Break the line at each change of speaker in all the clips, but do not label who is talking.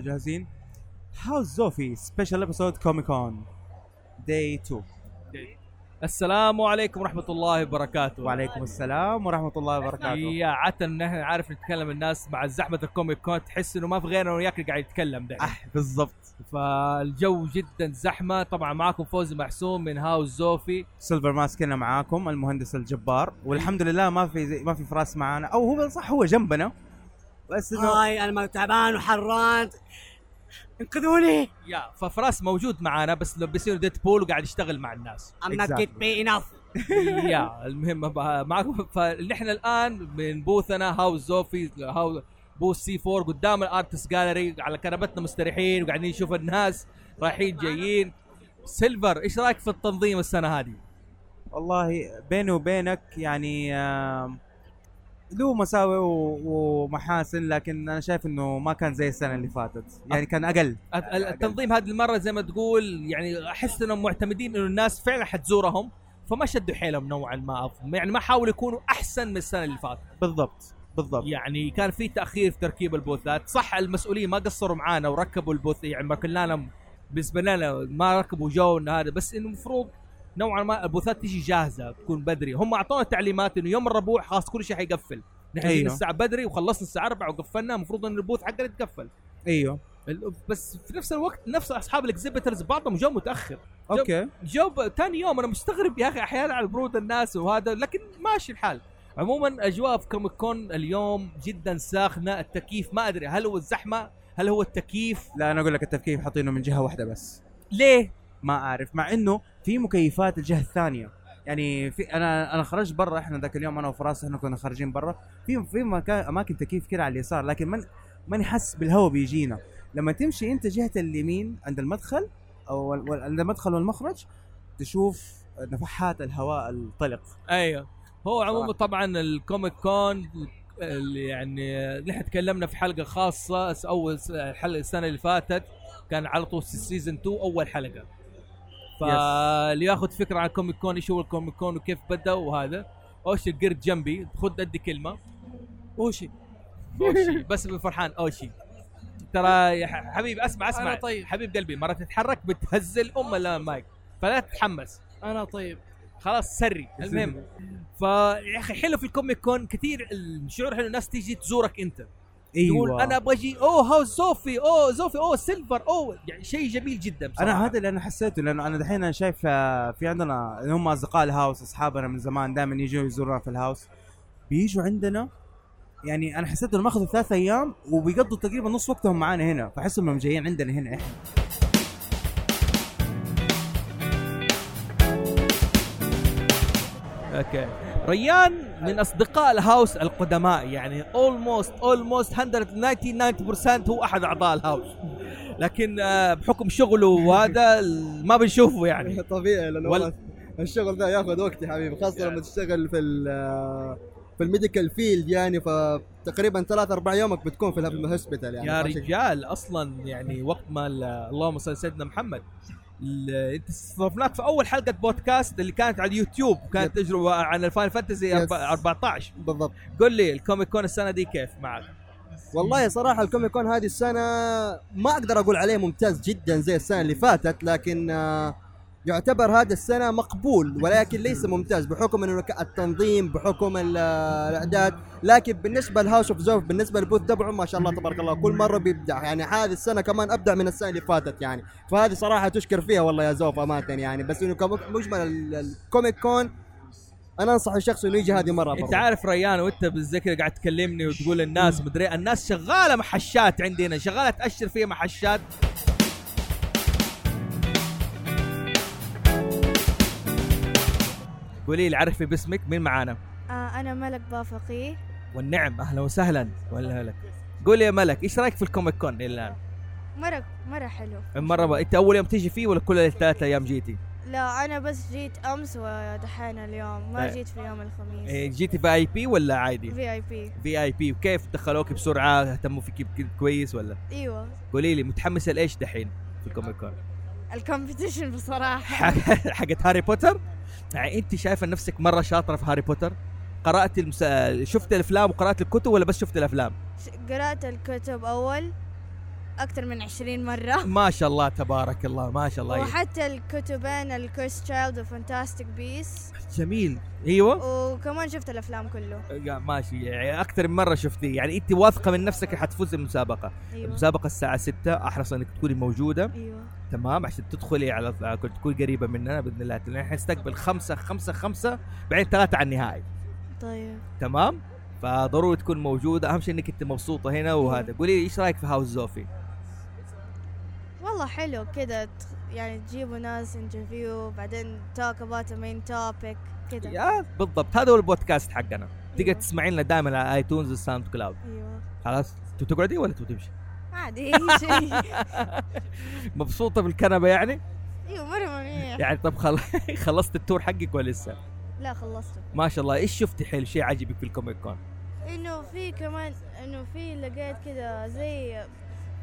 جاهزين هاوس زوفي سبيشال ابيسود كوميك اون داي 2
السلام عليكم ورحمه الله وبركاته
وعليكم السلام ورحمه الله وبركاته
يا عاده نحن عارف نتكلم الناس مع زحمه الكوميك كون تحس انه ما في غيرنا وياك اللي قاعد يتكلم ده
أح بالضبط
فالجو جدا زحمه طبعا معاكم فوزي محسوم من هاوس زوفي
سيلفر ماسك هنا معاكم المهندس الجبار والحمد لله ما في زي ما في فراس معانا او هو صح هو جنبنا بس انه
هاي انا تعبان وحران انقذوني
يا ففراس موجود معانا بس لو بيصير ديد بول وقاعد يشتغل مع الناس
I'm not
Exactly.
get paid enough
يا المهم بقى- معاكم فنحن الان من بوثنا هاوس زوفي هاو بوث سي 4 قدام الارتست جاليري على كنبتنا مستريحين وقاعدين نشوف الناس رايحين جايين سيلفر ايش رايك في التنظيم السنه هذه؟
والله بيني وبينك يعني آم، له مساوئ و- ومحاسن لكن انا شايف انه ما كان زي السنه اللي فاتت يعني كان اقل
الت- التنظيم هذه المره زي ما تقول يعني احس انهم معتمدين انه الناس فعلا حتزورهم فما شدوا حيلهم نوعا ما أظن. يعني ما حاولوا يكونوا احسن من السنه اللي فاتت
بالضبط بالضبط
يعني كان في تاخير في تركيب البوثات صح المسؤولين ما قصروا معانا وركبوا البوث يعني ما كنا لنا بالنسبه لنا ما ركبوا جو إن هذا بس انه المفروض نوعا ما البوثات تجي جاهزه تكون بدري هم اعطونا تعليمات انه يوم الربوع خلاص كل شيء حيقفل نحن
أيوه.
أيوه. الساعه بدري وخلصنا الساعه 4 وقفلنا المفروض ان البوث حقنا يتقفل
ايوه
ال- بس في نفس الوقت نفس اصحاب الاكزيبيترز بعضهم جو متاخر
اوكي
جو ثاني يوم انا مستغرب يا اخي احيانا على برود الناس وهذا لكن ماشي الحال عموما اجواء في كوميك كون اليوم جدا ساخنه التكييف ما ادري هل هو الزحمه هل هو التكييف
لا انا اقول لك التفكيك حاطينه من جهه واحده بس
ليه
ما اعرف مع انه في مكيفات الجهه الثانيه يعني في انا انا خرجت برا احنا ذاك اليوم انا وفراس احنا كنا خارجين برا في في مكان اماكن تكييف كده على اليسار لكن من ماني حاسس بالهواء بيجينا لما تمشي انت جهه اليمين عند المدخل او ال- وال- عند المدخل والمخرج تشوف نفحات الهواء الطلق
ايوه هو عموما طبعا الكوميك كون اللي يعني نحن تكلمنا في حلقه خاصه س- اول س- حلقه السنه اللي فاتت كان على طول سيزون 2 اول حلقه فاللي ياخذ فكره عن الكوميك كون ايش هو الكوميك كون وكيف بدا وهذا اوشي قرد جنبي خد ادي كلمه اوشي اوشي بس أبقى فرحان اوشي ترى يا ح- حبيبي اسمع اسمع
أنا طيب.
حبيب قلبي مره تتحرك بتهزل ام المايك فلا تتحمس
انا طيب
خلاص سري المهم فيا اخي حلو في الكوميك كون كثير الشعور حلو الناس تيجي تزورك انت
أيوة.
تقول انا ابغى اجي اوه هاو زوفي اوه زوفي اوه سيلفر اوه يعني شيء جميل جدا بصراحه
انا هذا اللي انا حسيته لانه انا دحين أنا شايف آه، في عندنا اللي هم اصدقاء الهاوس اصحابنا من زمان دائما يجوا يزورونا في الهاوس بيجوا عندنا يعني انا حسيت انهم اخذوا ثلاث ايام وبيقضوا تقريبا نص وقتهم معانا هنا فاحس انهم جايين عندنا هنا احنا
اوكي ريان من اصدقاء الهاوس القدماء يعني اولموست اولموست 199% هو احد اعضاء الهاوس لكن آه، بحكم شغله وهذا ما بنشوفه يعني
طبيعي لانه
وال-
والله الشغل ده ياخذ وقت يا حبيبي خاصه لما تشتغل في ال- في الميديكال فيلد يعني فتقريبا ثلاث اربع يومك بتكون في الهوسبيتال يعني
يا
عشان-
رجال اصلا يعني وقت ما ال- اللهم صل على سيدنا محمد ال- انت استضفناك في اول حلقه بودكاست اللي كانت على اليوتيوب كانت تجربه عن الفاين فانتسي
يس.
14
بالضبط
قل لي الكوميك كون السنه دي كيف معك؟
والله صراحه الكوميك كون هذه السنه ما اقدر اقول عليه ممتاز جدا زي السنه اللي فاتت لكن آه، يعتبر هذا السنه مقبول ولكن ليس ممتاز بحكم انه ك- التنظيم بحكم ال- آه، الاعداد لكن بالنسبه لهاوس اوف زوف بالنسبه للبوث تبعه ما شاء الله تبارك الله كل مره بيبدع يعني هذه السنه كمان ابدع من السنه اللي فاتت يعني فهذه صراحه تشكر فيها والله يا زوف امانه يعني بس انه كمجمل ال- الكوميك كون انا انصح الشخص انه يجي هذه مره
انت
برضه.
عارف ريان وانت بالذكر قاعد تكلمني وتقول الناس مدري الناس شغاله محشات عندي هنا شغاله تاشر فيها محشات قولي لي عرفي باسمك مين معانا؟
آه أنا ملك بافقي
والنعم اهلا وسهلا ولا لك قول يا ملك ايش رايك في الكوميك كون الان
مرة مرة حلو
مره بقى. انت اول يوم تيجي فيه ولا كل ثلاثة ايام جيتي
لا أنا بس جيت أمس ودحين اليوم ما
طيب.
جيت في يوم الخميس
إيه، جيتي في اي بي ولا عادي
في اي بي
في اي بي وكيف دخلوك بسرعه اهتموا فيك بك- كويس ولا
ايوه
قولي لي متحمسه لايش دحين في الكوميك كون
الكومبيتيشن بصراحة
حق- حقت هاري بوتر يعني انت شايفه نفسك مره شاطره في هاري بوتر قرات المس... شفت الافلام وقرات الكتب ولا بس شفت الافلام
ش- قرأت الكتب أول أكثر من 20 مرة
ما شاء الله تبارك الله ما شاء الله
وحتى الكتبين الكويس تشايلد وفانتاستيك بيس
جميل ايوه
وكمان شفت الأفلام كله
قا- ماشي يعني اكثر من مره شفتيه يعني انت واثقه من نفسك حتفوزي بالمسابقه
أيوة
المسابقه الساعه 6 احرص انك تكوني موجوده
أيوة
تمام عشان تدخلي على على- تكون قريبه مننا باذن الله لان احنا حنستقبل خمسه خمسه خمسه بعدين ثلاثه على النهائي
طيب
تمام فضروري تكون موجوده اهم شيء انك انت مبسوطه هنا وهذا
أيوة.
قولي لي ايش رايك في هاوس زوفي
والله حلو كذا تخ- يعني تجيبوا ناس انترفيو بعدين توك اباوت مين توبيك كذا
يا بالضبط هذا هو البودكاست حقنا تقدر
أيوة.
تسمعي لنا دائما على ايتونز والساوند كلاود
ايوه
خلاص تبي تقعدي ولا تبي تمشي
عادي اي شيء
مبسوطه بالكنبه يعني
ايوه مره منيح
يعني طب خل... خلصت التور حقك ولا لسه
لا خلصته
ما شاء الله ايش شفتي حلو شيء عجبك في الكوميك كون
انه في كمان انه في لقيت كذا زي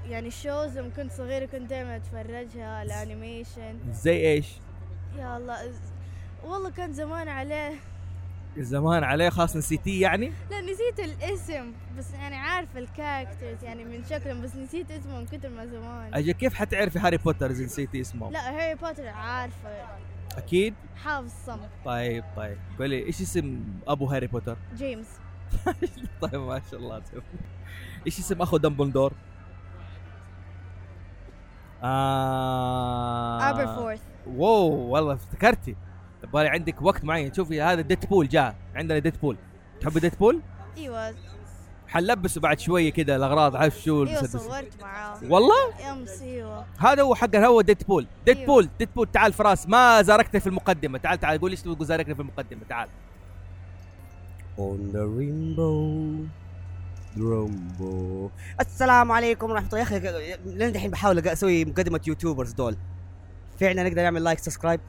يعني شوز لما كنت صغيرة كنت دائما اتفرجها الانيميشن
زي ايش
يا الله إز- والله كان زمان عليه
زمان عليه خاص نسيتيه يعني
لا نسيت الاسم بس يعني عارفة الكاركترز يعني من شكلهم بس نسيت اسمه من كتر ما زمان
اجل كيف حتعرفي هاري بوتر اذا نسيتي اسمه
لا هاري بوتر عارفة
اكيد
حافظ صم
طيب طيب قولي ايش اسم ابو هاري بوتر
جيمس
طيب ما شاء الله تمام. ايش اسم اخو دمبلدور آه
ابرفورث
واو والله افتكرتي تبغى عندك وقت معين شوفي هذا ديدبول جاء عندنا ديدبول تحبي ديدبول؟
ايوه
حنلبسه بعد شويه كده الاغراض عارف شو
ايوه
المسدس.
صورت معاه
والله
امس ايوه
هذا هو حق هو ديدبول ديدبول
أيوه.
ديدبول تعال فراس ما زاركتني في المقدمه تعال تعال قول ليش تقول زاركني في المقدمه تعال
On the rainbow Rumbo
السلام عليكم ورحمه الله يا اخي لين دحين بحاول أق- اسوي مقدمه يوتيوبرز دول فعلا نقدر نعمل لايك سبسكرايب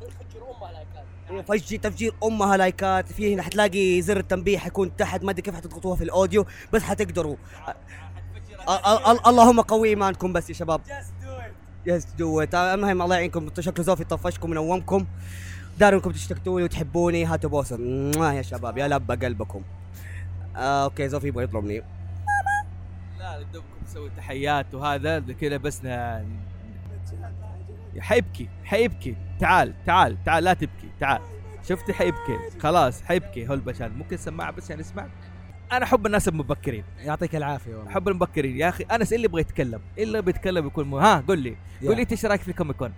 فجي تفجير امها لايكات في هنا حتلاقي زر التنبيه حيكون تحت ما ادري كيف حتضغطوها في الاوديو بس حتقدروا أ- أ- أ- اللهم قوي ايمانكم بس يا شباب يس دو ات المهم الله يعينكم شكله زوفي طفشكم ونومكم داري انكم تشتكتوني وتحبوني هاتوا بوسه موا يا شباب يا لبى قلبكم آه اوكي زوفي يبغى يضربني
لا دوبكم تسوي تحيات وهذا كذا بس ن- حيبكي حيبكي تعال تعال تعال لا تبكي تعال شفتي حيبكي خلاص حيبكي هو البشان ممكن سماعه بس يعني اسمع انا احب الناس المبكرين
يعطيك العافيه والله
احب المبكرين يا اخي انس إيه اللي يبغى يتكلم إيه اللي بيتكلم يكون مو... ها قول لي
يا.
قول لي انت ايش رايك في الكوميك كون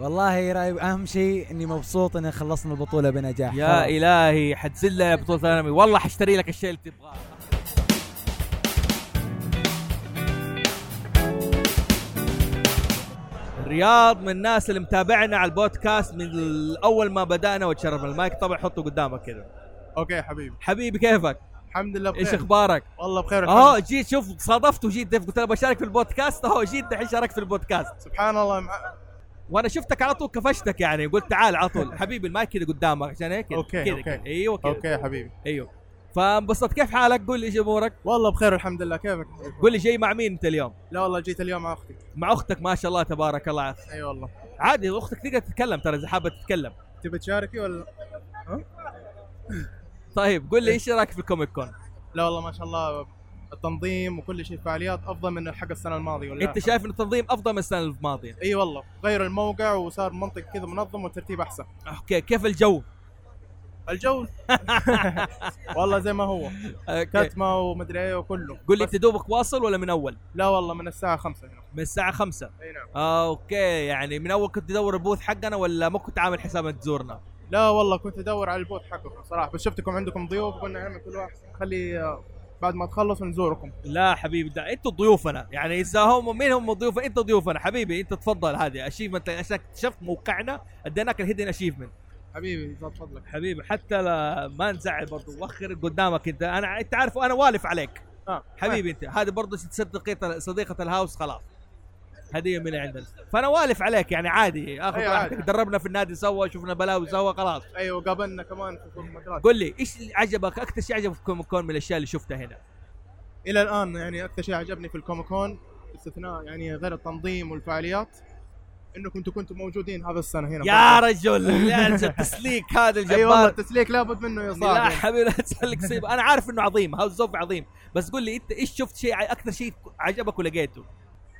والله رايب اهم شيء اني مبسوط ان خلصنا البطوله بنجاح
يا
خلاص.
الهي حتزل يا بطوله الانمي والله حاشتري لك الشيء اللي تبغاه رياض من الناس اللي متابعنا على البودكاست من ال- اول ما بدانا وتشرفنا المايك طبعا حطه قدامك كذا
اوكي حبيبي
حبيبي كيفك
الحمد لله
ايش
بخير
اخبارك
والله بخير
اهو
الحمد.
جيت شوف صادفت وجيت ضيف، قلت له بشارك في البودكاست اهو جيت دحين شاركت في البودكاست
سبحان الله مع...
وانا شفتك على طول كفشتك يعني قلت تعال على طول حبيبي المايك كذا قدامك عشان هيك كذا-
أوكي،
كذا
أوكي.
كذا. ايوه كذا
اوكي حبيبي
ايوه فانبسطت كيف حالك قول لي ايش امورك
والله بخير الحمد لله كيفك
قول لي جاي مع مين انت اليوم
لا والله جيت اليوم مع اختي
مع اختك ما شاء الله تبارك الله
اي أيوة والله
عادي اختك تقدر تتكلم ترى اذا حابه تتكلم
تبي تشاركي ولا
طيب قول لي ايش رايك في الكوميك كون
لا والله ما شاء الله التنظيم وكل شيء فعاليات افضل من حق السنه الماضيه ولا
انت شايف ان التنظيم افضل من السنه الماضيه
اي والله غير الموقع وصار منطق كذا منظم والترتيب احسن
اوكي كيف الجو
الجو والله زي ما هو
أوكي.
كتمه ومدري ايه وكله
قول إيه. لي
بس-
انت دوبك واصل ولا من اول
لا والله من الساعه 5 هنا
من الساعه 5
اي نعم
اوكي يعني من اول كنت تدور البوث حقنا ولا ما كنت عامل حساب انك تزورنا
لا والله كنت ادور على البوت حقكم صراحه بس شفتكم عندكم ضيوف قلنا نعمل كل واحد خلي آه، بعد ما تخلص نزوركم
لا حبيبي ده انتوا ضيوفنا يعني اذا هم مين هم ضيوفنا انت ضيوفنا حبيبي انت تفضل هذه اشيفمنت عشان اكتشفت موقعنا اديناك الهيدن اشيفمنت
حبيبي زاد فضلك
حبيبي حتى لا ما نزعل برضو وخر قدامك انت انا انت عارف انا والف عليك
آه.
حبيبي انت هذه برضو صديقه صديقه الهاوس خلاص هديه من عندنا فانا والف عليك يعني عادي اخذ
أيوة
راحتك
عادي.
دربنا في النادي سوا شفنا بلاوي سوا خلاص
ايوه قابلنا كمان في المكان
قل لي ايش اللي عجبك اكثر شيء عجبك في كوميك كون من الاشياء اللي شفتها هنا
الى الان يعني اكثر شيء عجبني في الكوميكون باستثناء يعني غير التنظيم والفعاليات انكم انتم كنتم موجودين هذا السنه هنا
يا رجل لا التسليك هذا
اي والله
الجبار
التسليك لابد منه يا
لا
صاحبي
حبيبي لا تسلك سيب انا عارف انه عظيم هاوس اوف عظيم بس قول لي انت ايش شفت شيء اكثر شيء عجبك ولقيته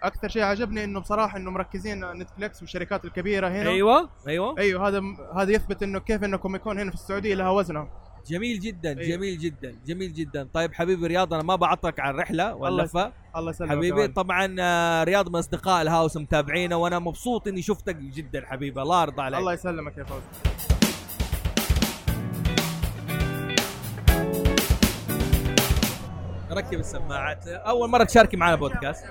اكثر شيء عجبني انه بصراحه انه مركزين نتفلكس والشركات الكبيره هنا
ايوه ايوه
ايوه هذا هذا يثبت انه كيف انه كوميكون هنا في السعوديه لها وزنها
جميل جدا
أيوة.
جميل جدا جميل جدا طيب حبيبي رياض انا ما بعطلك على الرحله
الله
واللفه
الله يسلمك يا
حبيبي
ولد.
طبعا آه، رياض من اصدقاء الهاوس متابعينا وانا مبسوط اني شفتك جدا حبيبي الله يرضى عليك
الله يسلمك يا فوز
ركب السماعات اول مره تشاركي معنا بودكاست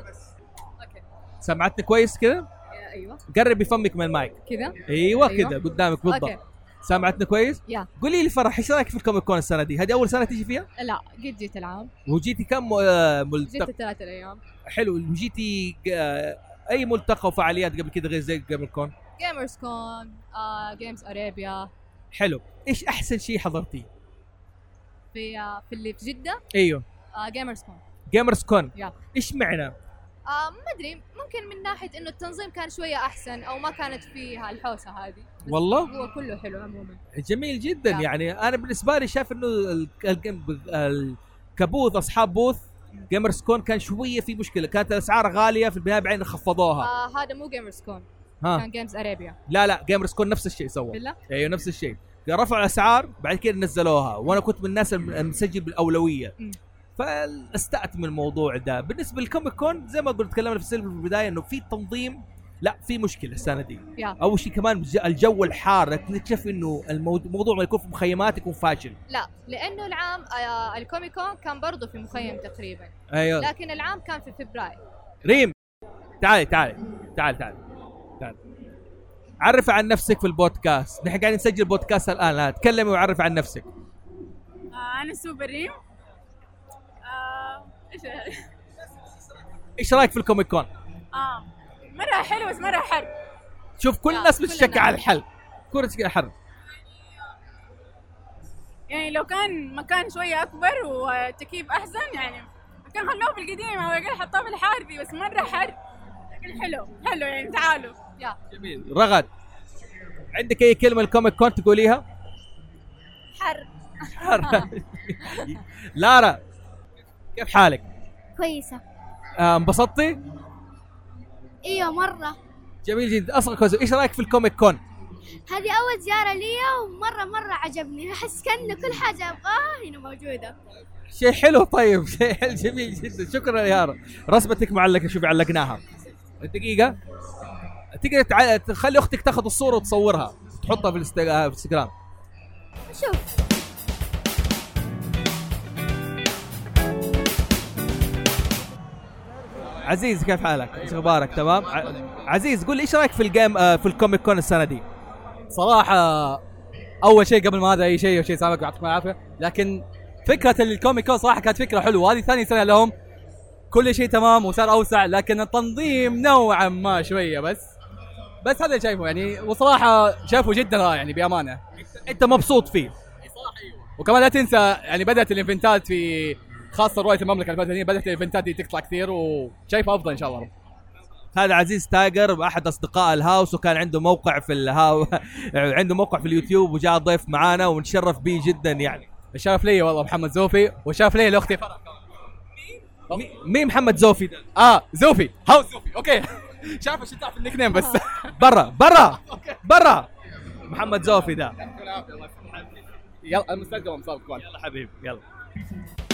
سمعتني كويس كذا
ايوه
قربي فمك من المايك
كذا
ايوه
أيوة.
كذا قدامك بالضبط
اوكي
سمعتني كويس
يا.
قولي لي فرح ايش رايك في الكوميك كون السنه دي هذه اول سنه تيجي فيها
لا قد جيت العام
وجيتي كم آه،
جيت
ملتقى
ثلاثة ايام
حلو وجيتي آه، اي ملتقى وفعاليات قبل كذا غير زي قبل كون
جيمرز كون جيمز اريبيا
حلو ايش احسن شيء حضرتيه
في آه، في اللي في آه، جده
ايوه
جيمرز كون
جيمرز كون
يا.
ايش معنى
آه، ما ادري ممكن من ناحيه انه التنظيم كان شويه احسن او ما كانت فيها الحوسه هذه بس
والله
هو كله حلو عموما
جميل جدا
نعم.
يعني انا بالنسبه لي شايف انه ال- ال- ال- الكبوث اصحاب بوث جيمرز كون كان شويه في مشكله كانت الاسعار غاليه في البدايه بعدين خفضوها
آه هذا مو جيمرز كون
ها
آه، كان جيمز اريبيا
لا لا جيمرز كون نفس الشيء سوى
بالله
ايوه نفس الشيء رفعوا الاسعار بعد كده نزلوها وانا كنت من الناس الم- المسجل بالاولويه
مم.
فاستأت من الموضوع ده بالنسبه للكوميك كون زي ما قلت تكلمنا في السلم في البدايه انه في تنظيم لا في مشكله السنه دي
يا
اول شيء كمان الج- الجو الحار لكن تكتشف انه الموضوع موضوع ما يكون في مخيمات يكون فاشل
لا لانه العام آه الكوميكون كان برضه في مخيم تقريبا
ايوه
لكن العام كان في فبراير
ريم تعالي تعالي تعالي تعالي تعالي عرف عن نفسك في البودكاست نحن قاعدين نسجل بودكاست الان لا تكلمي وعرف عن نفسك
آه، انا سوبر ريم آه، ايش هذا؟
ايش رايك في الكوميك كون
اه مره حلو بس مره حر آه،
شوف كل
لا،
الناس
كل
بتشك
الناس.
على الحل كرة الحل
يعني لو كان مكان شويه اكبر وتكييف احسن يعني كان خلوه بالقديم او الاقل حطوه بالحار دي بس مره حر لكن حلو حلو يعني تعالوا
يا
جميل رغد عندك اي كلمه الكوميك كون تقوليها
حر آه.
حر. لارا كيف حالك
كويسة
آه، انبسطتي
ايوه مرة
جميل جدا اصلا كويس ايش رايك في الكوميك كون
هذه أول زيارة لي ومرة مرة عجبني أحس كأنه كل حاجة أبغاها هنا موجودة
شيء حلو طيب شيء حلو جميل جدا شكرا يا هارة رسمتك معلقه شوفي علقناها دقيقه تقدر تع... تخلي اختك تاخذ الصوره وتصورها تحطها في الانست- في الانستغرام
شوف
عزيز كيف حالك؟ ايش اخبارك تمام؟ ع... عزيز قول لي ايش رايك في الجيم آه، في الكوميك كون السنه دي؟
صراحة أول شيء قبل ما هذا أي شيء أو شيء سامعك يعطيكم العافية لكن فكرة الكوميك كون صراحة كانت فكرة حلوة هذه ثاني سنة لهم كل شيء تمام وصار أوسع لكن التنظيم نوعا ما شوية بس بس هذا اللي شايفه يعني وصراحة شايفه جدا رائع يعني بأمانة
انت مبسوط فيه
وكمان لا تنسى يعني بدأت الإيفنتات في خاصة رؤية المملكة الفترة دي بدأت الإيفنتات دي تطلع كثير وشايفها أفضل إن شاء الله
هذا عزيز تاجر احد اصدقاء الهاوس وكان عنده موقع في الهاو عنده موقع في اليوتيوب وجاء ضيف معانا ونتشرف به جدا يعني
الشرف لي والله محمد زوفي والشرف لي لأختي فرح
مي- مين محمد زوفي ده؟
اه زوفي هاوس زوفي اوكي شايف ايش تعرف النيك نيم بس
برا برا برا محمد زوفي ده
يلا المستقبل مسابق
يلا حبيبي يلا